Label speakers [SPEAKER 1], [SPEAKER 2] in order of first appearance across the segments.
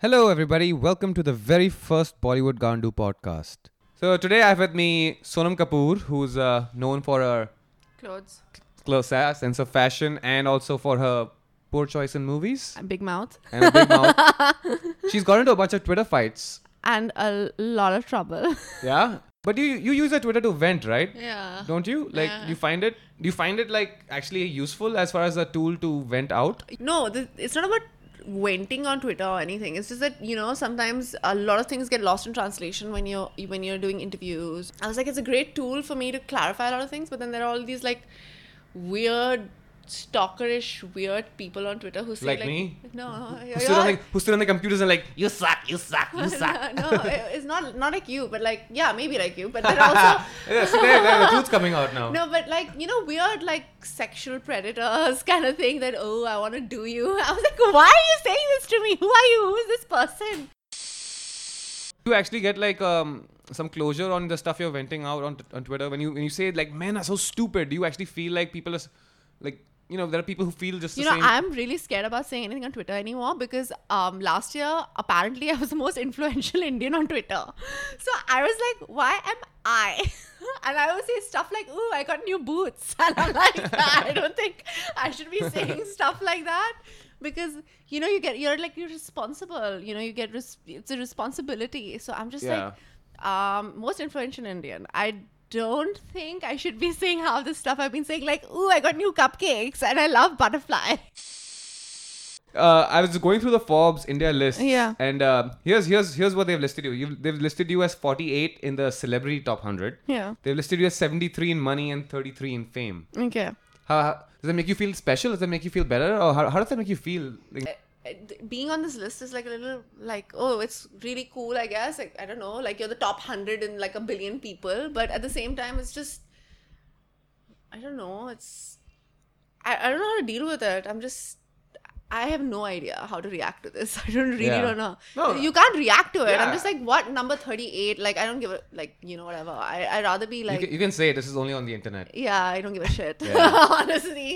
[SPEAKER 1] Hello, everybody. Welcome to the very first Bollywood Gandu podcast. So today I have with me Sonam Kapoor, who's uh, known for her
[SPEAKER 2] clothes
[SPEAKER 1] close ass sense of fashion and also for her poor choice in movies
[SPEAKER 2] and big mouth
[SPEAKER 1] and a big mouth. She's got into a bunch of Twitter fights.
[SPEAKER 2] and a l- lot of trouble
[SPEAKER 1] Yeah, but you you use your Twitter to vent, right?
[SPEAKER 2] yeah
[SPEAKER 1] Don't you? Like,
[SPEAKER 2] Yeah.
[SPEAKER 1] you find it? Do you find it like actually useful as far as a tool to vent out?
[SPEAKER 2] no th- it's not about venting on twitter or anything it's just that you know sometimes a lot of things get lost in translation when you're when you're doing interviews i was like it's a great tool for me to clarify a lot of things but then there are all these like weird stalkerish weird people on twitter who say
[SPEAKER 1] Like
[SPEAKER 2] like,
[SPEAKER 1] me?
[SPEAKER 2] no
[SPEAKER 1] Who's still, on the, who's still on the computers and like you suck, you suck, you suck.
[SPEAKER 2] no, it- it's not not like you, but like yeah, maybe like you, but then also
[SPEAKER 1] yeah, see, there, there, the truth's coming out now.
[SPEAKER 2] No, but like you know, weird like sexual predators kind of thing. That oh, I want to do you. I was like, why are you saying this to me? Who are you? Who is this person?
[SPEAKER 1] you actually get like um some closure on the stuff you're venting out on, t- on Twitter when you when you say like men are so stupid? Do you actually feel like people are s- like you know there are people who feel just
[SPEAKER 2] You
[SPEAKER 1] the
[SPEAKER 2] know,
[SPEAKER 1] same?
[SPEAKER 2] I'm really scared about saying anything on Twitter anymore because um, last year apparently I was the most influential Indian on Twitter. So I was like, why am I? And I would say stuff like, "Ooh, I got new boots," and I'm like, I don't think I should be saying stuff like that because you know you get you're like you're responsible. You know you get res- it's a responsibility. So I'm just like, um, most influential Indian. I don't think I should be saying half the stuff I've been saying, like, ooh, I got new cupcakes and I love butterfly.
[SPEAKER 1] uh, I was going through the Forbes India list.
[SPEAKER 2] Yeah.
[SPEAKER 1] And uh, here's here's here's what they've listed you. You've, they've listed you as 48 in the celebrity top 100.
[SPEAKER 2] Yeah.
[SPEAKER 1] They've listed you as 73 in money and 33 in fame.
[SPEAKER 2] Okay.
[SPEAKER 1] How, how- does that make you feel special? Does that make you feel better? Or how, how does that make you feel?
[SPEAKER 2] Uh,
[SPEAKER 1] Like,
[SPEAKER 2] Being on this list is like a little like, oh, it's really cool, I guess. Like, I don't know, like you're the top 100 in like a billion people, but at the same time, it's just, I don't know, it's, I, I don't know how to deal with it. I'm just, I have no idea how to react to this. I don't really
[SPEAKER 1] Yeah.
[SPEAKER 2] don't know.
[SPEAKER 1] No.
[SPEAKER 2] you can't react to it.
[SPEAKER 1] Yeah.
[SPEAKER 2] I'm just like, what number 38? Like, I don't give a, like, you know, whatever. I, I'd rather be
[SPEAKER 1] you,
[SPEAKER 2] like,
[SPEAKER 1] can, you can say this is only on the internet.
[SPEAKER 2] yeah, I don't give a shit.
[SPEAKER 1] Yeah.
[SPEAKER 2] Honestly.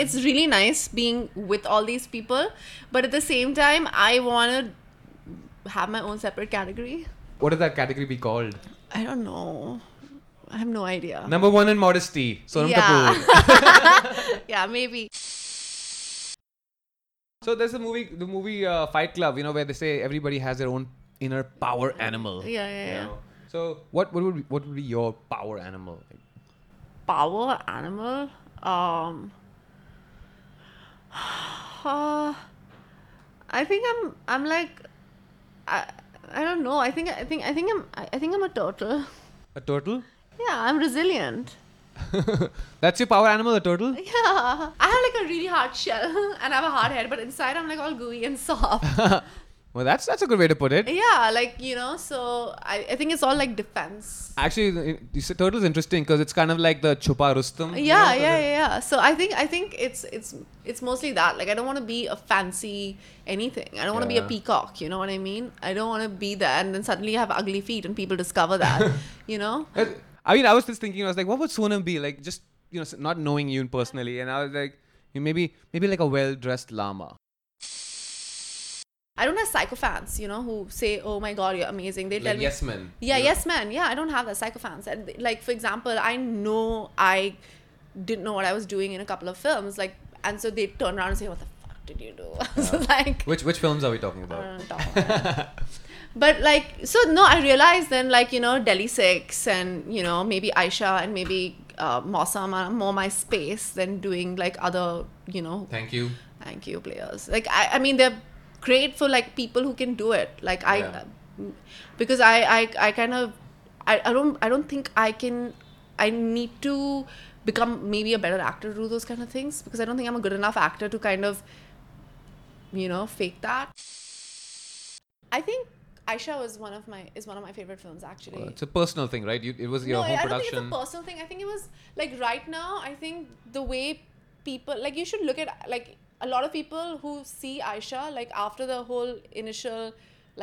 [SPEAKER 2] It's really nice being with all these people, but at the same time, I want to have my own separate category.
[SPEAKER 1] What does that category be called?
[SPEAKER 2] I don't know. I have no idea.
[SPEAKER 1] Number one in modesty, Sonam Kapoor.
[SPEAKER 2] yeah. yeah, maybe.
[SPEAKER 1] So there's a movie, the movie uh, Fight Club, you know, where they say everybody has their own inner power animal.
[SPEAKER 2] Yeah, yeah,
[SPEAKER 1] you
[SPEAKER 2] yeah.
[SPEAKER 1] know. So what what would be, what would be your power animal?
[SPEAKER 2] power animal um uh, i think i'm i'm like i i don't know i think i think i think i'm i I think i'm a turtle
[SPEAKER 1] A turtle?
[SPEAKER 2] yeah i'm resilient
[SPEAKER 1] That's your power animal, a turtle?
[SPEAKER 2] yeah i have like a really hard shell and i have a hard head but inside i'm like all gooey and soft
[SPEAKER 1] Well, that's that's a good way to put it.
[SPEAKER 2] yeah like you know so i, I think it's all like defense
[SPEAKER 1] Actually, the- it- you say turtle's interesting because it's kind of like the Chupa Rustam. you
[SPEAKER 2] yeah,
[SPEAKER 1] know,
[SPEAKER 2] yeah,
[SPEAKER 1] the-
[SPEAKER 2] yeah, yeah. So I think I think it's it's it's mostly that. Like I don't want to be a fancy anything. I don't want to be
[SPEAKER 1] Yeah.
[SPEAKER 2] a peacock. You know what I mean? I don't want to be that, and then suddenly you have ugly feet, and people discover that. you know?
[SPEAKER 1] Uh, I mean, I was just thinking, I was like, what would Sonam be? Like, just, you know, s- not knowing you personally. And I was like, you maybe maybe like a well-dressed llama.
[SPEAKER 2] I don't have psychophants. You know, who say, "Oh my God, you're amazing." They tell
[SPEAKER 1] Like
[SPEAKER 2] me,
[SPEAKER 1] yes man.
[SPEAKER 2] Yeah, yes, man. Yeah, I don't have that psychophans. And like for example, I know I didn't know what I was doing in a couple of films. Like, and so they turn around and say, "What the fuck did you do?" so like,
[SPEAKER 1] Which which films are we talking
[SPEAKER 2] I
[SPEAKER 1] about?
[SPEAKER 2] don't know, top one. but like so no i realized then like you know delhi 6 and you know maybe aisha and maybe uh, Mossam are more my space than doing like other you know
[SPEAKER 1] Thank you.
[SPEAKER 2] thank you players like i, I mean they're great for like people who can do it like i
[SPEAKER 1] Yeah.
[SPEAKER 2] because i i, I kind of I, I don't i don't think i can i need to become maybe a better actor to do those kind of things because i don't think i'm a good enough actor to kind of you know fake that i think aisha was one of my is one of my favorite films actually
[SPEAKER 1] Well, it's a personal thing, right? You, it was your
[SPEAKER 2] no,
[SPEAKER 1] home
[SPEAKER 2] I
[SPEAKER 1] production.
[SPEAKER 2] don't think it's a personal thing. I think it was like right now. I think the way people like you should look at like a lot of people who see Aisha like after the whole initial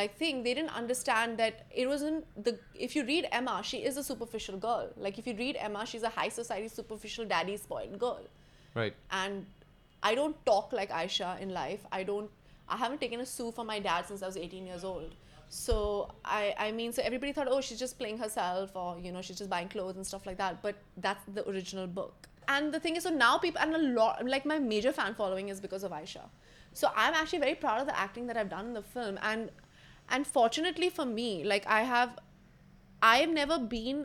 [SPEAKER 2] like thing, they didn't understand that it wasn't the. If you read Emma, she is a superficial girl. Like if you read Emma, she's a high society superficial daddy spoiled girl
[SPEAKER 1] Right.
[SPEAKER 2] and I don't talk like Aisha in life. I don't I haven't taken a sou from my dad since I was 18 years old. So I, I mean, so everybody thought, oh, she's just playing herself, or you know, she's just buying clothes and stuff like that. But that's the original book. And the thing is, so now people and a lot like my major fan following is because of Aisha. So I'm actually very proud of the acting that I've done in the film, and and fortunately for me, like I have I have never been,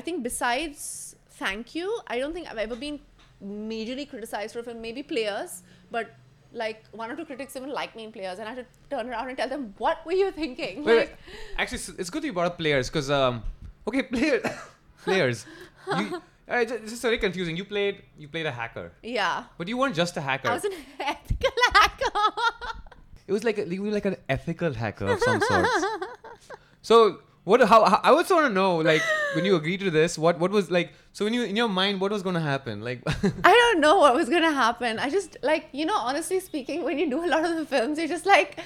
[SPEAKER 2] I think, besides thank you, I don't think I've ever been majorly criticized for a film. Maybe players, but like one or two critics even like me in players, and I had to turn around and tell them, What were you thinking?
[SPEAKER 1] Wait,
[SPEAKER 2] Like,
[SPEAKER 1] actually, s- it's good you brought up players because, um, okay, player, players. You, I ju- this is very confusing. You played, you played a hacker,
[SPEAKER 2] yeah.
[SPEAKER 1] but you weren't just a hacker.
[SPEAKER 2] I was an ethical hacker.
[SPEAKER 1] it was like a, you were like an ethical hacker of some sort. So what? How, how? I also want to know, like, when you agreed to this, what what was like? So when you in your mind, what was going to happen? Like,
[SPEAKER 2] I don't know what was gonna happen. I just like you know, honestly speaking, when you do a lot of the films, you're just like,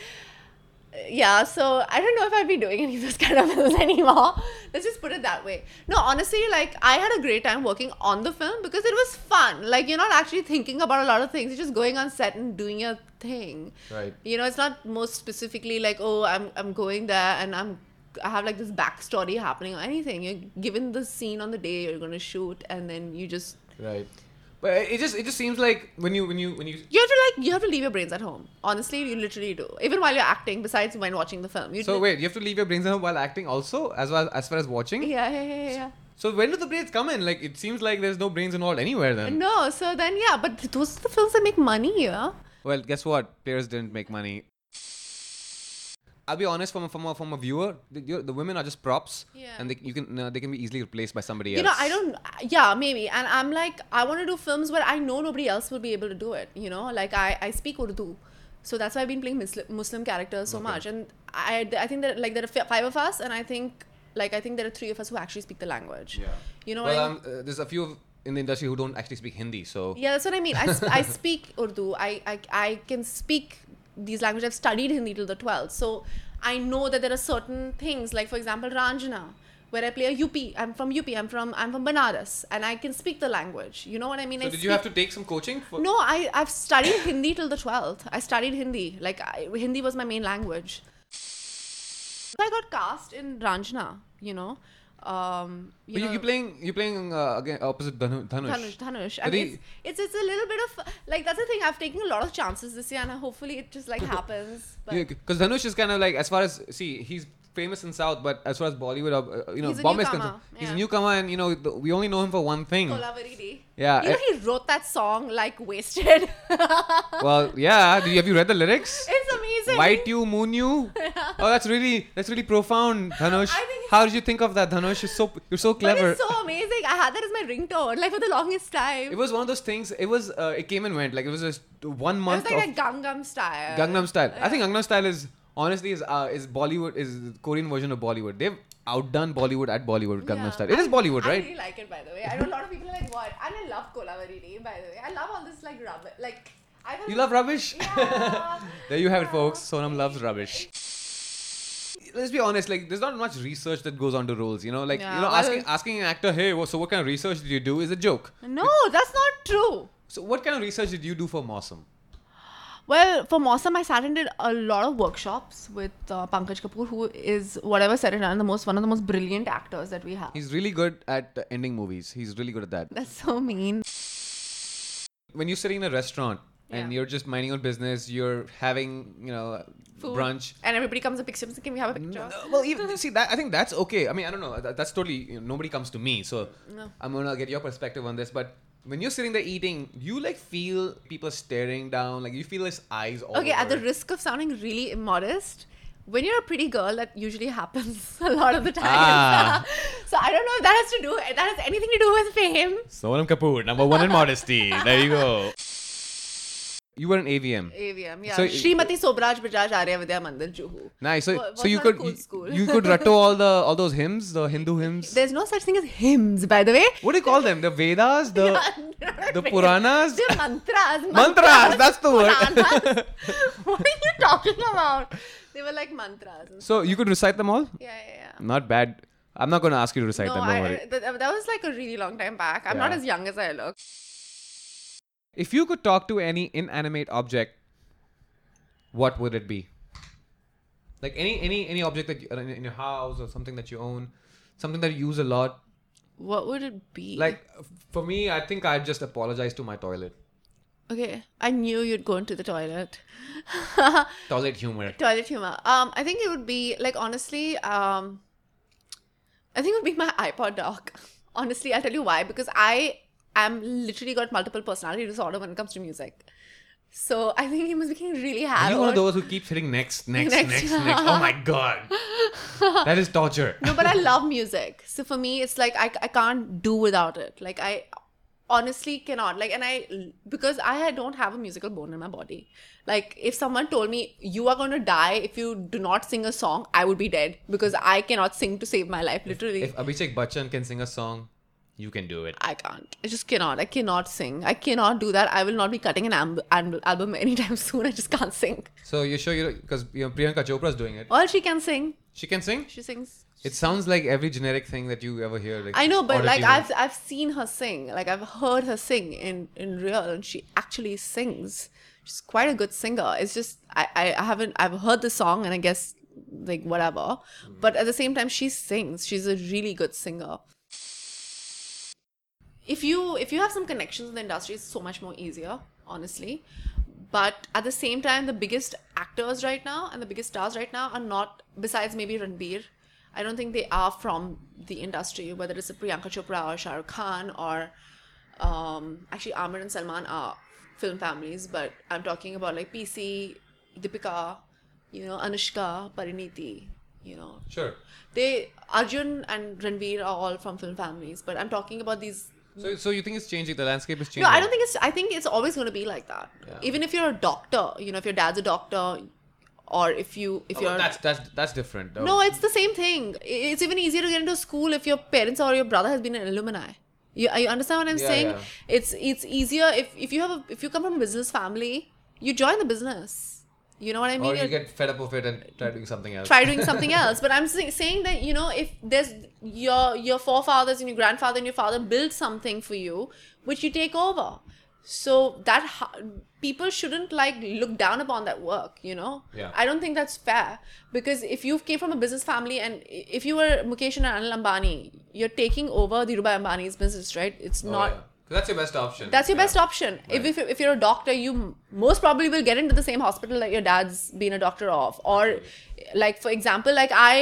[SPEAKER 2] yeah. So I don't know if I'd be doing any of those kind of films anymore. Let's just put it that way. No, honestly, like I had a great time working on the film because it was fun. Like you're not actually thinking about a lot of things. You're just going on set and doing your thing.
[SPEAKER 1] right.
[SPEAKER 2] You know, it's not most specifically like, oh, I'm I'm going there and I'm I have like this backstory happening or anything. You're given the scene on the day you're gonna shoot, and then you just
[SPEAKER 1] Right. But it just it just seems like when you when you when you
[SPEAKER 2] You have to like you have to leave your brains at home. Honestly, you literally do. Even while you're acting, besides when watching the film. You
[SPEAKER 1] so
[SPEAKER 2] do-
[SPEAKER 1] wait you have to leave your brains at home while acting also as well as far as watching.
[SPEAKER 2] Yeah, yeah, yeah, yeah,
[SPEAKER 1] So when do the brains come in? Like it seems like there's no brains involved anywhere
[SPEAKER 2] yeah.
[SPEAKER 1] then.
[SPEAKER 2] No, so then yeah, but th- those are the films that make money, yeah.
[SPEAKER 1] Well, guess what? Players didn't make money. I'll be honest, from a, from a, from a viewer, the, you- the women are just props,
[SPEAKER 2] Yeah.
[SPEAKER 1] and they you can no, they can be easily replaced by somebody else.
[SPEAKER 2] You know, I don't. Yeah, maybe. And I'm like, I want to do films where I know nobody else will be able to do it. You know, like I I speak Urdu, so that's why I've been playing Muslim, Muslim characters so
[SPEAKER 1] Okay.
[SPEAKER 2] much. And I I think that like there are fi- five of us, and I think like I think there are three of us who actually speak the language.
[SPEAKER 1] Yeah.
[SPEAKER 2] You know. what
[SPEAKER 1] well,
[SPEAKER 2] I
[SPEAKER 1] um, uh, there's a few in the industry who don't actually speak Hindi, so
[SPEAKER 2] Yeah, that's what I mean. I, sp- I speak Urdu. I, I, I can speak these languages. I've studied Hindi till the 12th. So I know that there are certain things, like, for example, Ranjana, where I play a UP. I'm from UP. I'm from, I'm from Banaras. And I can speak the language. You know what I mean?
[SPEAKER 1] So
[SPEAKER 2] I
[SPEAKER 1] did you have
[SPEAKER 2] speak-
[SPEAKER 1] to take some coaching? For,
[SPEAKER 2] No, I, I've studied Hindi till the 12th. I studied Hindi. Like, I, Hindi was my main language. I got cast in Ranjana, you know. Um,
[SPEAKER 1] But you,
[SPEAKER 2] know-
[SPEAKER 1] you're playing you're playing uh, again opposite Dhanu- Dhanush.
[SPEAKER 2] Dhanush, Dhanush.
[SPEAKER 1] But
[SPEAKER 2] And
[SPEAKER 1] he-
[SPEAKER 2] it's, it's it's a little bit of like that's the thing. I've taken a lot of chances this year, and hopefully it just like happens. But
[SPEAKER 1] because Dhanush is kind of like as far as see he's famous in South, but as far as Bollywood, uh, uh, you know,
[SPEAKER 2] He's a
[SPEAKER 1] Bombay is
[SPEAKER 2] newcomer,
[SPEAKER 1] concerned, he's a
[SPEAKER 2] yeah.
[SPEAKER 1] newcomer, and you know, th- we only know him for one thing.
[SPEAKER 2] Kolavaridi.
[SPEAKER 1] Yeah,
[SPEAKER 2] You know
[SPEAKER 1] eh-
[SPEAKER 2] he wrote that song like wasted.
[SPEAKER 1] well, yeah. Do you, have you read the lyrics?
[SPEAKER 2] it's amazing.
[SPEAKER 1] White you, moon you. Oh, that's really that's really profound, Dhanush.
[SPEAKER 2] I think-
[SPEAKER 1] How did you think of that, Dhanush? You're so you're so
[SPEAKER 2] But
[SPEAKER 1] clever.
[SPEAKER 2] it's so amazing. I had that as my ringtone like for the longest time.
[SPEAKER 1] it was one of those things. It was uh, it came and went. Like it was just one
[SPEAKER 2] It was
[SPEAKER 1] month
[SPEAKER 2] like
[SPEAKER 1] of
[SPEAKER 2] a Gangnam style.
[SPEAKER 1] Gangnam Style. I
[SPEAKER 2] Yeah.
[SPEAKER 1] think Gangnam Style is honestly is uh, is Bollywood is the Korean version of Bollywood. They've outdone Bollywood at Bollywood with Gangnam
[SPEAKER 2] Yeah.
[SPEAKER 1] Style. It is
[SPEAKER 2] I-
[SPEAKER 1] Bollywood,
[SPEAKER 2] I
[SPEAKER 1] right?
[SPEAKER 2] really like it, by the way. I know a lot of people are like, what? And I love Kolavaridi, by the way. I love all this like rubber. Like, I
[SPEAKER 1] You love rubbish.
[SPEAKER 2] Yeah.
[SPEAKER 1] there you have it,
[SPEAKER 2] Yeah.
[SPEAKER 1] folks. Sonam loves rubbish. Let's be honest. Like, there's not much research that goes onto roles. You know, like
[SPEAKER 2] Yeah,
[SPEAKER 1] you know,
[SPEAKER 2] well-
[SPEAKER 1] asking asking an actor, hey, wha- so what kind of research did you do? Is a joke.
[SPEAKER 2] No, that's not true.
[SPEAKER 1] So, what kind of research did you do for Mossam?
[SPEAKER 2] Well, for Mossam, I sat and did a lot of workshops with uh, Pankaj Kapoor, who is whatever said and done the most one of the most brilliant actors that we have.
[SPEAKER 1] He's really good at uh, ending movies. He's really good at that.
[SPEAKER 2] That's so mean.
[SPEAKER 1] When you're sitting in a restaurant and
[SPEAKER 2] Yeah.
[SPEAKER 1] you're just minding your business, you're having you know
[SPEAKER 2] Food.
[SPEAKER 1] brunch.
[SPEAKER 2] And everybody comes and picks him. and says, Can we have a
[SPEAKER 1] No,
[SPEAKER 2] picture?
[SPEAKER 1] no, well, even see that I think that's okay. I mean, I don't know. That, that's totally you know, nobody comes to me, so
[SPEAKER 2] No.
[SPEAKER 1] I'm gonna get your perspective on this. But when you're sitting there eating, you like feel people staring down. Like you feel his eyes all
[SPEAKER 2] Okay, at the
[SPEAKER 1] over.
[SPEAKER 2] risk of sounding really immodest, when you're a pretty girl, that usually happens a lot of the time.
[SPEAKER 1] Ah.
[SPEAKER 2] so I don't know if that has to do. That has anything to do with fame.
[SPEAKER 1] Sonam Kapoor, number one in modesty. There you go. You were an AVM.
[SPEAKER 2] AVM, yeah.
[SPEAKER 1] So-
[SPEAKER 2] Srimati Sobraj Bajaj Arya Vidya Mandir Juhu.
[SPEAKER 1] Nice. So,
[SPEAKER 2] Wa- was
[SPEAKER 1] so you
[SPEAKER 2] not a
[SPEAKER 1] could
[SPEAKER 2] cool
[SPEAKER 1] you,
[SPEAKER 2] school.
[SPEAKER 1] you could rattle all the all those hymns, the Hindu hymns.
[SPEAKER 2] There's no such thing as hymns, by the way.
[SPEAKER 1] What do you call them? The Vedas, the the Puranas.
[SPEAKER 2] They're mantras.
[SPEAKER 1] Mantras, that's the word.
[SPEAKER 2] Puranas. what are you talking about? They were like mantras. and-
[SPEAKER 1] So you could recite them all.
[SPEAKER 2] Yeah, yeah, yeah.
[SPEAKER 1] Not bad. I'm not gonna ask you to recite
[SPEAKER 2] No,
[SPEAKER 1] them. Don't
[SPEAKER 2] I,
[SPEAKER 1] worry.
[SPEAKER 2] I- that, that was like a really long time back. I'm not
[SPEAKER 1] Yeah.
[SPEAKER 2] as young as I look.
[SPEAKER 1] If you could talk to any inanimate object, what would it be? Like any any any object that you, uh, in in your house or something that you own, something that you use a lot.
[SPEAKER 2] What would it be?
[SPEAKER 1] Like f- for me, I think I just apologize to my toilet.
[SPEAKER 2] okay, I knew you'd go into the toilet.
[SPEAKER 1] Toilet humor.
[SPEAKER 2] toilet humor. Um, I think it would be like honestly, um, I think it would be my iPod doc. honestly, I'll tell you why because I am literally got multiple personality disorder when it comes to music. So I think he was became really
[SPEAKER 1] Are
[SPEAKER 2] happy.
[SPEAKER 1] you one of those who keeps hitting next, next,
[SPEAKER 2] Next.
[SPEAKER 1] next, next? Oh my god, that is torture.
[SPEAKER 2] no, but I love music. So for me, it's like I, I can't do without it. Like I honestly cannot. Like, and I, because I don't have a musical bone in my body. Like, if someone told me, you are going to die if you do not sing a song, I would be dead because I cannot sing to save my life, literally.
[SPEAKER 1] If Abhishek Bachchan can sing a song, you can do it.
[SPEAKER 2] I can't. I just cannot. I cannot sing. I cannot do that. I will not be cutting an amb- an album anytime soon. I just can't sing.
[SPEAKER 1] So you're sure you because you know, Priyanka Chopra's doing it.
[SPEAKER 2] All she can sing,
[SPEAKER 1] She can sing.
[SPEAKER 2] she sings.
[SPEAKER 1] It sounds like every generic thing that you ever hear. Like,
[SPEAKER 2] I know, but like
[SPEAKER 1] auto-tune.
[SPEAKER 2] I've I've seen her sing. Like I've heard her sing in in real, and she actually sings. She's quite a good singer. It's just I I I haven't I've heard the song, and I guess like whatever. But at the same time, she sings. She's a really good singer. If you if you have some connections in the industry, it's so much more easier, honestly. But at the same time, the biggest actors right now and the biggest stars right now are not besides maybe Ranbir. I don't think they are from the industry, whether it's a Priyanka Chopra or Shah Rukh Khan or um, actually Amir and Salman are film families, but I'm talking about like PC, Deepika, you know, Anushka, Pariniti, you know.
[SPEAKER 1] Sure.
[SPEAKER 2] They Arjun and Ranveer are all from film families, but I'm talking about these
[SPEAKER 1] So, so you think it's changing? The landscape is changing.
[SPEAKER 2] no, I don't think it's. I think it's always going to be like that.
[SPEAKER 1] Yeah.
[SPEAKER 2] Even if you're a doctor, you know, if your dad's a doctor, or if you if
[SPEAKER 1] Oh,
[SPEAKER 2] you're
[SPEAKER 1] that's that's that's different. though.
[SPEAKER 2] no, it's the same thing. I- It's even easier to get into school if your parents or your brother has been an alumni. You, you understand what I'm
[SPEAKER 1] Yeah,
[SPEAKER 2] saying?
[SPEAKER 1] yeah.
[SPEAKER 2] It's it's easier if if you have a, if you come from a business family, you join the business. You know what I mean?
[SPEAKER 1] or Oh, you
[SPEAKER 2] You're-
[SPEAKER 1] get fed up of it and try doing something else.
[SPEAKER 2] try doing something else. But I'm saying, saying that you know, if there's your your forefathers and your grandfather and your father built something for you, which you take over, so that ha- people shouldn't like look down upon that work. You know,
[SPEAKER 1] Yeah.
[SPEAKER 2] I don't think that's fair because if you came from a business family and i- if you were Mukesh and Anil Ambani, you're taking over the Dhirubhai Ambani's business, right?
[SPEAKER 1] Oh,
[SPEAKER 2] It's not.
[SPEAKER 1] yeah. 'Cause That's your best option.
[SPEAKER 2] That's your
[SPEAKER 1] Yeah.
[SPEAKER 2] best option. If, if if you're a doctor, you m- most probably will get into the same hospital that your dad's been a doctor of. Or, like for example, like I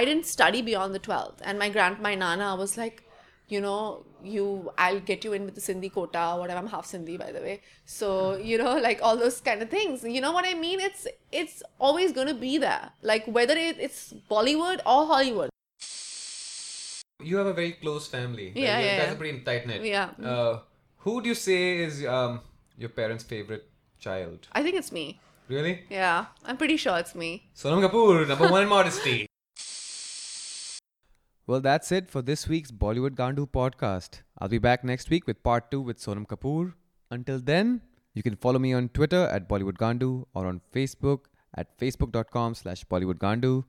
[SPEAKER 2] I didn't study beyond the twelfth, and my grand my nana was like, you know, you I'll get you in with the Sindhi quota, whatever. I'm half Sindhi by the way, so you know, like all those kind of things. You know what I mean? It's it's always gonna be there. Like whether it, it's Bollywood or Hollywood.
[SPEAKER 1] You have a very close family. Like,
[SPEAKER 2] Yeah,
[SPEAKER 1] you-
[SPEAKER 2] yeah,
[SPEAKER 1] That's
[SPEAKER 2] yeah.
[SPEAKER 1] a pretty tight knit.
[SPEAKER 2] Yeah.
[SPEAKER 1] Uh, who do you say is um, your parents' favorite child?
[SPEAKER 2] I think it's me.
[SPEAKER 1] Really?
[SPEAKER 2] Yeah, I'm pretty sure it's me.
[SPEAKER 1] Sonam Kapoor, number one in modesty. Well, that's it for this week's Bollywood Gandu podcast. I'll be back next week with part two with Sonam Kapoor. Until then, you can follow me on Twitter at Bollywood Gandu or on Facebook at facebook.com slash Bollywood Gandu.